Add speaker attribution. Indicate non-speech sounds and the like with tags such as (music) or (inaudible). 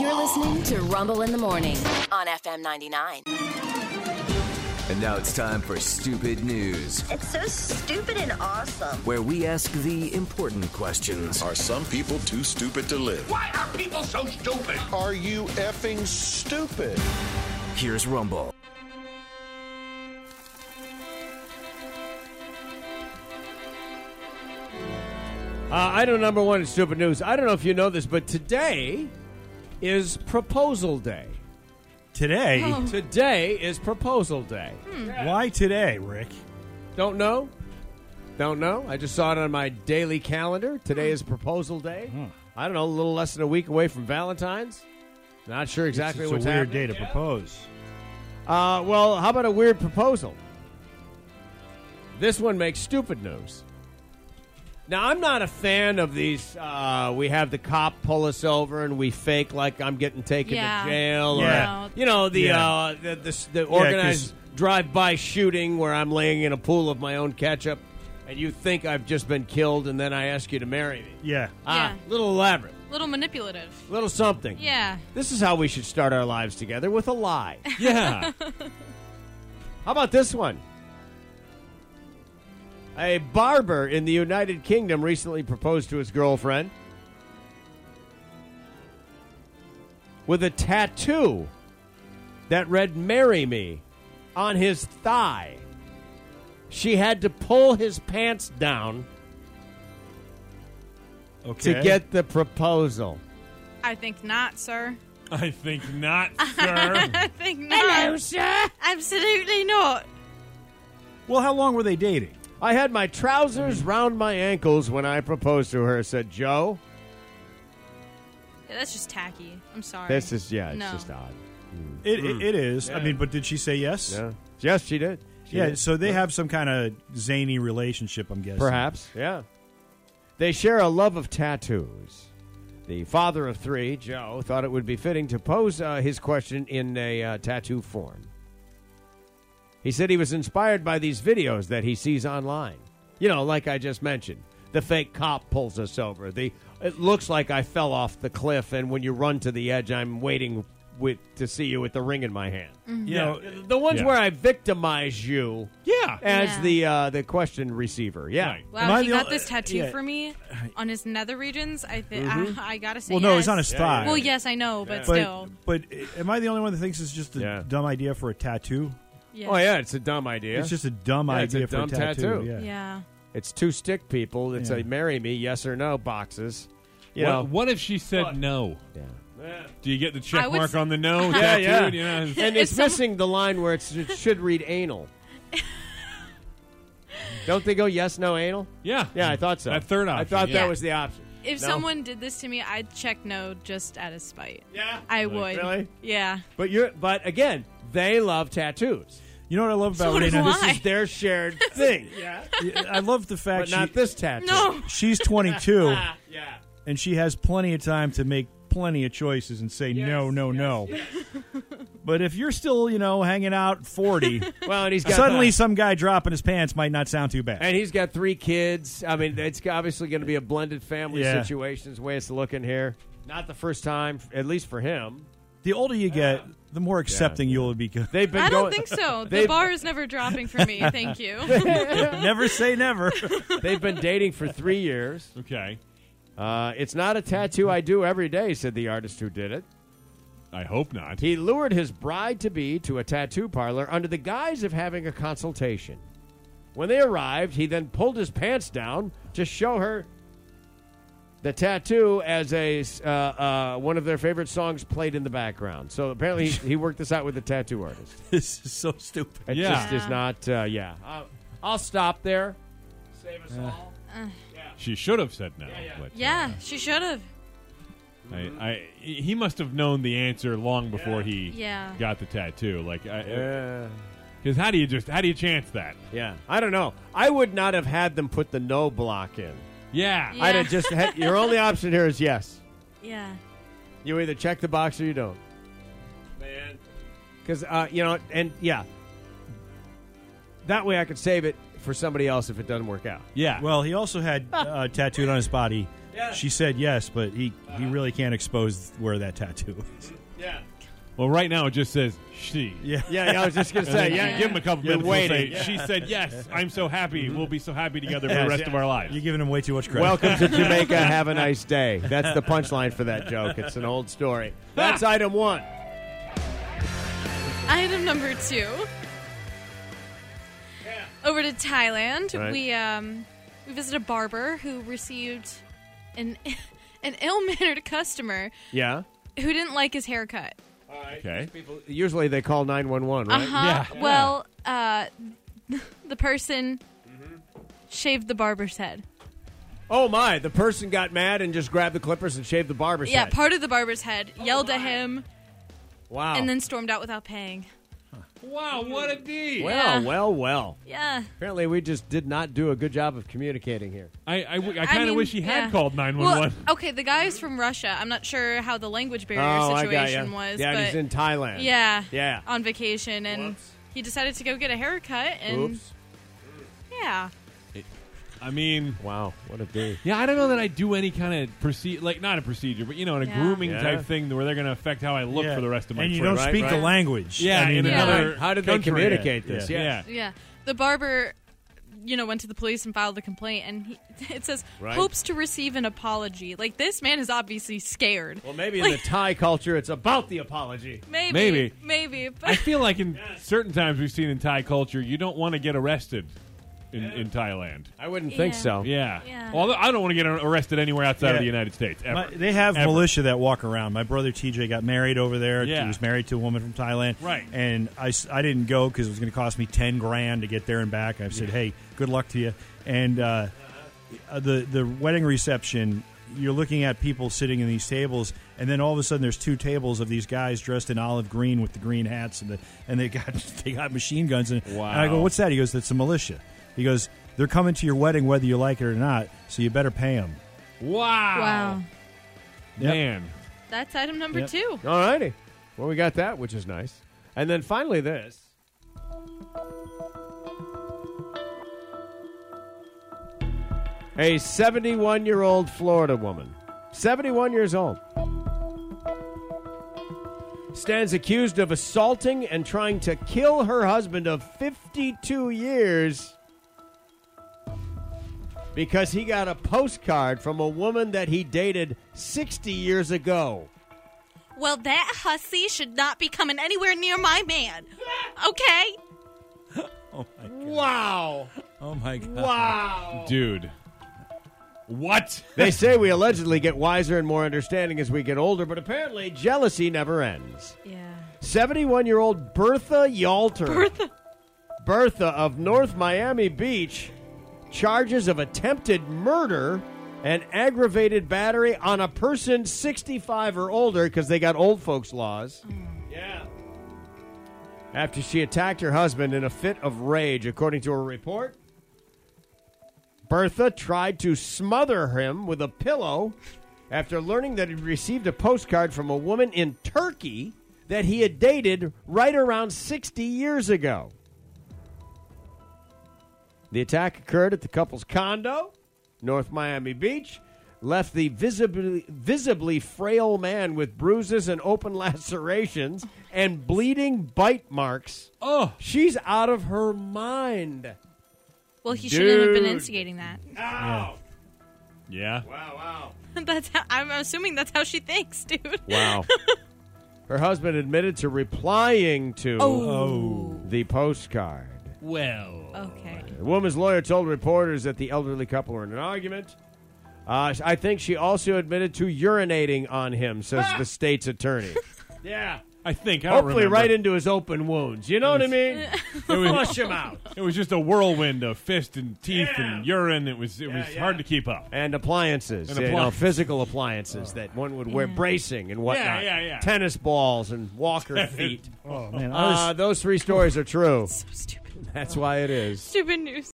Speaker 1: You're listening to Rumble in the Morning on FM 99.
Speaker 2: And now it's time for Stupid News,
Speaker 3: It's so stupid and awesome.
Speaker 2: where we ask the important questions.
Speaker 4: Are some people too stupid to live?
Speaker 5: Why are people so stupid?
Speaker 6: Are you effing stupid?
Speaker 2: Here's Rumble.
Speaker 7: Uh, item number one is stupid news. I don't know if you know this, but today is proposal day.
Speaker 8: Today?
Speaker 7: Today is proposal day.
Speaker 8: Why today, Rick?
Speaker 7: Don't know? Don't know? I just saw it on my daily calendar. Today is proposal day.
Speaker 8: Hmm.
Speaker 7: I don't know, a little less than a week away from Valentine's. Not sure exactly
Speaker 8: it's
Speaker 7: what's
Speaker 8: a weird
Speaker 7: happening.
Speaker 8: day to propose.
Speaker 7: Uh, well, how about a weird proposal? This one makes stupid news. Now, I'm not a fan of these. Uh, we have the cop pull us over and we fake like I'm getting taken
Speaker 9: Yeah.
Speaker 7: to jail.
Speaker 8: Yeah.
Speaker 7: Or, you know, the,
Speaker 8: Yeah.
Speaker 7: uh, the, the, the organized
Speaker 8: 'cause-
Speaker 7: drive by shooting where I'm laying in a pool of my own ketchup and you think I've just been killed and then I ask you to marry me.
Speaker 8: Yeah.
Speaker 7: Ah,
Speaker 9: Yeah.
Speaker 7: little elaborate,
Speaker 9: Little manipulative.
Speaker 7: little something.
Speaker 9: Yeah.
Speaker 7: This is how we should start our lives together with a lie.
Speaker 8: Yeah.
Speaker 7: How about this one? A barber in the United Kingdom recently proposed to his girlfriend with a tattoo that read Marry Me on his thigh. She had to pull his pants down
Speaker 8: okay.
Speaker 7: to get the proposal.
Speaker 9: I think not, sir. (laughs)
Speaker 8: I think not, sir.
Speaker 9: I think not. Hello, sir. Absolutely not.
Speaker 8: (laughs) well, how long were they dating?
Speaker 7: I had my
Speaker 8: Mm-hmm.
Speaker 7: trousers round my ankles when I proposed to her, said Joe.
Speaker 9: Yeah, that's just tacky. I'm sorry.
Speaker 7: This is, yeah, it's
Speaker 9: No.
Speaker 7: just odd.
Speaker 8: It, it, it is. I mean, but did she say yes?
Speaker 7: Hmm. Yeah. Yes, she did. She
Speaker 8: Yeah,
Speaker 7: did.
Speaker 8: so they have some kind of zany relationship, I'm guessing.
Speaker 7: Perhaps, yeah. They share a love of tattoos. The father of three, Joe, thought it would be fitting to pose uh, his question in a uh, tattoo form. He said he was inspired by these videos that he sees online. You know, like I just mentioned, the fake cop pulls us over. The it looks like I fell off the cliff, and when you run to the edge, I'm waiting with to see you with the ring in my hand.
Speaker 8: You know,
Speaker 7: The ones
Speaker 8: Yeah.
Speaker 7: where I victimize you
Speaker 8: yeah.
Speaker 7: as
Speaker 9: Yeah.
Speaker 7: the uh, the question receiver. Yeah.
Speaker 8: Right. Am
Speaker 9: Wow,
Speaker 8: I
Speaker 9: he
Speaker 8: the
Speaker 9: got
Speaker 8: ol-
Speaker 9: this tattoo
Speaker 8: yeah.
Speaker 9: for me on his nether regions. I think (laughs) I, I gotta say.
Speaker 8: Well, no,
Speaker 9: yes.
Speaker 8: it's on his thigh.
Speaker 9: Well, yes, I know,
Speaker 8: But,
Speaker 9: but still.
Speaker 8: but am I the only one that thinks it's just a
Speaker 7: Yeah.
Speaker 8: dumb idea for a tattoo?
Speaker 9: Yeah.
Speaker 7: Oh yeah, it's a dumb idea.
Speaker 8: It's just a dumb
Speaker 7: Yeah, it's a
Speaker 8: idea for
Speaker 7: dumb
Speaker 8: a tattoo.
Speaker 7: tattoo.
Speaker 8: Yeah.
Speaker 9: Yeah.
Speaker 7: It's two stick people. It's
Speaker 8: Yeah.
Speaker 7: a marry me, yes or no boxes. You know.
Speaker 10: What, what if she said no? Do you get the
Speaker 9: I
Speaker 10: check
Speaker 9: would
Speaker 10: mark
Speaker 9: s-
Speaker 10: on the no?
Speaker 7: Yeah,
Speaker 10: tattooed?
Speaker 7: yeah.
Speaker 10: You know,
Speaker 7: And it's
Speaker 9: If some-
Speaker 7: missing the line where it's, it should read
Speaker 9: (laughs)
Speaker 7: anal. Don't they go yes, no, anal?
Speaker 10: yeah.
Speaker 7: Yeah, I thought so.
Speaker 10: That third
Speaker 7: I
Speaker 10: option,
Speaker 7: thought
Speaker 10: yeah.
Speaker 7: that was the option.
Speaker 9: If
Speaker 7: No?
Speaker 9: someone did this to me, I'd check no just out of spite.
Speaker 7: Yeah.
Speaker 9: I would.
Speaker 7: really?
Speaker 9: Yeah.
Speaker 7: But you're but again, they love tattoos.
Speaker 8: You know what I love about
Speaker 9: So does
Speaker 8: Raina?
Speaker 9: Why?
Speaker 7: This is their
Speaker 9: (laughs)
Speaker 7: shared thing. yeah.
Speaker 8: I love the fact
Speaker 7: But
Speaker 8: she,
Speaker 7: not this tattoo.
Speaker 9: No.
Speaker 7: (laughs)
Speaker 8: she's (laughs) 22
Speaker 7: Yeah.
Speaker 8: and she has plenty of time to make plenty of choices and say no, no, no. but if you're still, you know, hanging out
Speaker 10: (laughs)
Speaker 8: 40,
Speaker 7: Well, and he's got
Speaker 8: suddenly
Speaker 7: the-
Speaker 8: some guy dropping his pants might not sound too bad.
Speaker 7: And he's got three kids. I mean, it's obviously going to be a blended family
Speaker 8: Yeah.
Speaker 7: situation, is the way it's looking here. Not the first time, at least for him.
Speaker 8: the older you get, the more accepting you'll become.
Speaker 7: They've been
Speaker 9: I
Speaker 7: going,
Speaker 9: don't think so. The
Speaker 7: They've-
Speaker 9: bar is never dropping for me. Thank you.
Speaker 8: (laughs) never say never.
Speaker 7: (laughs) They've been dating for three years.
Speaker 10: (laughs) Okay.
Speaker 7: Uh, it's not a tattoo I do every day, said the artist who did it.
Speaker 10: I hope not.
Speaker 7: He lured his bride to be to a tattoo parlor under the guise of having a consultation. When they arrived, he then pulled his pants down to show her the tattoo as a uh, uh, one of their favorite songs played in the background. So apparently, he, he worked this out with the tattoo artist.
Speaker 8: (laughs) this is so stupid.
Speaker 7: It
Speaker 10: Yeah.
Speaker 7: just is not. Uh, yeah, I'll, I'll stop there. Save us all.
Speaker 10: she should have said no. but,
Speaker 9: yeah, she should have.
Speaker 10: uh, I, I, he must have known the answer long before he
Speaker 9: Yeah.
Speaker 10: got the tattoo. Like, because
Speaker 7: Yeah.
Speaker 10: how do you just how do you chance that?
Speaker 7: yeah, I don't know. I would not have had them put the no block in.
Speaker 10: Yeah.
Speaker 9: Yeah.
Speaker 7: I'd have just had, your only option here is yes.
Speaker 9: Yeah.
Speaker 7: You either check the box or you don't. Man. Because, uh, you know, and yeah. That way I could save it for somebody else if it doesn't work out.
Speaker 10: Yeah.
Speaker 8: Well, he also had uh, tattooed on his body She said yes, but he, he really can't expose where that tattoo is. (laughs)
Speaker 10: Well, right now it just says she.
Speaker 8: Yeah.
Speaker 7: Yeah, yeah, I was just (laughs) gonna say, yeah,
Speaker 10: Give him a couple
Speaker 7: You're
Speaker 10: minutes. We'll say,
Speaker 7: waiting.
Speaker 10: She said yes. I'm so happy. We'll be so happy together for
Speaker 8: Yes,
Speaker 10: the rest of our lives.
Speaker 8: You're giving him way too much credit.
Speaker 7: Welcome to (laughs) Jamaica. Have a nice day. That's the punchline for that joke. It's an old story. (laughs) That's item one.
Speaker 9: Item number two. Over to Thailand,
Speaker 7: Right.
Speaker 9: we um, we visit a barber who received an (laughs) an ill mannered customer
Speaker 7: Yeah.
Speaker 9: who didn't like his haircut.
Speaker 10: Okay.
Speaker 7: Usually they call 911, right?
Speaker 9: Uh huh. Well, uh, (laughs) the person
Speaker 7: Mm-hmm.
Speaker 9: shaved the barber's head.
Speaker 7: Oh, my. The person got mad and just grabbed the clippers and shaved the barber's
Speaker 9: Yeah,
Speaker 7: head.
Speaker 9: part of the barber's head
Speaker 7: Oh
Speaker 9: yelled at him
Speaker 7: wow.
Speaker 9: and then stormed out without paying.
Speaker 10: Wow, what a D.
Speaker 7: well,
Speaker 9: Yeah.
Speaker 7: well, well.
Speaker 9: Yeah.
Speaker 7: Apparently we just did not do a good job of communicating here.
Speaker 10: I, I, w- I kind of
Speaker 9: mean,
Speaker 10: wish he had
Speaker 9: yeah.
Speaker 10: called (laughs) 911.
Speaker 9: Well, okay, the guy is from Russia. I'm not sure how the language barrier
Speaker 7: oh, I got
Speaker 9: situation
Speaker 7: you.
Speaker 9: was.
Speaker 7: yeah,
Speaker 9: but
Speaker 7: and he's in Thailand.
Speaker 9: Yeah.
Speaker 7: Yeah.
Speaker 9: On vacation, and he decided to go get a haircut, and
Speaker 7: Oops.
Speaker 9: yeah,
Speaker 10: I mean,
Speaker 7: Wow, what a day.
Speaker 10: yeah, I don't know that I do any kind of procedure, like not a procedure, but you know, in a
Speaker 9: Yeah.
Speaker 10: grooming
Speaker 7: Yeah.
Speaker 10: type thing where they're going to affect how I look
Speaker 8: Yeah.
Speaker 10: for the rest of my
Speaker 8: And you
Speaker 10: trip.
Speaker 8: don't
Speaker 7: right,
Speaker 8: speak the
Speaker 7: right.
Speaker 8: language.
Speaker 10: Yeah,
Speaker 8: I mean, uh,
Speaker 10: in
Speaker 9: Yeah.
Speaker 10: another.
Speaker 7: How did they
Speaker 10: country.
Speaker 7: communicate
Speaker 8: Yeah.
Speaker 7: this?
Speaker 10: Yeah.
Speaker 7: Yes.
Speaker 9: yeah. The barber, you know, went to the police and filed a complaint, and he, (laughs) it says
Speaker 7: Right.
Speaker 9: hopes to receive an apology. Like this man is obviously scared.
Speaker 7: Well, maybe
Speaker 9: (laughs)
Speaker 7: in the Thai culture it's about the apology.
Speaker 9: Maybe,
Speaker 10: Maybe.
Speaker 9: maybe, but
Speaker 10: I feel like in certain times we've seen in Thai culture, you don't want to get arrested in, in Thailand.
Speaker 7: I wouldn't think
Speaker 9: Yeah.
Speaker 7: so.
Speaker 10: Yeah.
Speaker 9: Yeah.
Speaker 10: Although I don't want to get arrested anywhere outside of
Speaker 8: Yeah.
Speaker 10: the United States ever.
Speaker 8: My- they have
Speaker 10: Ever.
Speaker 8: militia that walk around. My brother TJ got married over there.
Speaker 10: Yeah.
Speaker 8: He was married to a woman from Thailand.
Speaker 10: Right.
Speaker 8: And I, s- I didn't go because it was going to cost me 10 grand to get there and back. I said, hey, good luck to you. And uh, uh, the, the wedding reception, you're looking at people sitting in these tables, and then all of a sudden there's two tables of these guys dressed in olive green with the green hats, and, the, and they, got, (laughs) they got machine guns. And,
Speaker 10: Wow.
Speaker 8: and I go, what's that? He goes, that's the militia. He goes, they're coming to your wedding whether you like it or not, so you better pay them.
Speaker 10: (laughs) wow.
Speaker 9: wow,
Speaker 8: Yep.
Speaker 10: Man.
Speaker 9: that's item number
Speaker 8: Yep.
Speaker 9: two.
Speaker 7: All righty. Well, we got that, which is nice. And then finally, this. A 71 year old Florida woman, 71 years old, stands accused of assaulting and trying to kill her husband of 52 years because he got a postcard from a woman that he dated 60 years ago.
Speaker 9: Well, that hussy should not be coming anywhere near my man. Okay.
Speaker 8: Oh, my God.
Speaker 7: Wow.
Speaker 8: Oh, my God.
Speaker 7: Wow.
Speaker 10: Dude. What?
Speaker 7: They say we allegedly get wiser and more understanding as we get older, but apparently jealousy never ends.
Speaker 9: Yeah.
Speaker 7: 71 year old Bertha Yalter. Bertha. Bertha of North Miami Beach charges of attempted murder and aggravated battery on a person 65 or older because they got old folks' laws. Yeah. After she attacked her husband in a fit of rage, according to her report. Bertha tried to smother him with a pillow after learning that he'd received a postcard from a woman in Turkey that he had dated right around 60 years ago. The attack occurred at the couple's condo, North Miami Beach, left the visibly, visibly frail man with bruises and open (laughs) lacerations and bleeding bite marks.
Speaker 10: Oh.
Speaker 7: She's out of her mind.
Speaker 9: Well, he shouldn't have been
Speaker 7: Dude.
Speaker 9: instigating that.
Speaker 10: Yeah.
Speaker 7: Wow, wow.
Speaker 9: (laughs) That's how, I'm assuming that's how she thinks, dude.
Speaker 7: Wow. (laughs) Her husband admitted to replying to
Speaker 10: Oh.
Speaker 7: the postcard.
Speaker 10: Well.
Speaker 9: Okay.
Speaker 7: The woman's lawyer told reporters that the elderly couple were in an argument. Uh, I think she also admitted to urinating on him, says
Speaker 10: (laughs)
Speaker 7: the state's attorney.
Speaker 10: Yeah. I think. I don't
Speaker 7: Hopefully,
Speaker 10: remember.
Speaker 7: right into his open wounds. You know what I
Speaker 10: (laughs)
Speaker 7: mean? Flush him out.
Speaker 10: It was just a whirlwind of fist and teeth
Speaker 7: Yeah.
Speaker 10: and urine. It was it was
Speaker 7: yeah.
Speaker 10: hard to keep up.
Speaker 7: And appliances,
Speaker 10: And
Speaker 7: you know,
Speaker 10: appliances.
Speaker 7: physical appliances that one would wear, bracing and whatnot.
Speaker 10: yeah, yeah.
Speaker 7: Tennis balls and
Speaker 10: (laughs)
Speaker 7: walker feet.
Speaker 8: Oh, man. I was-
Speaker 7: Uh, those three stories are true.
Speaker 9: So stupid.
Speaker 7: That's why it is.
Speaker 9: Stupid news.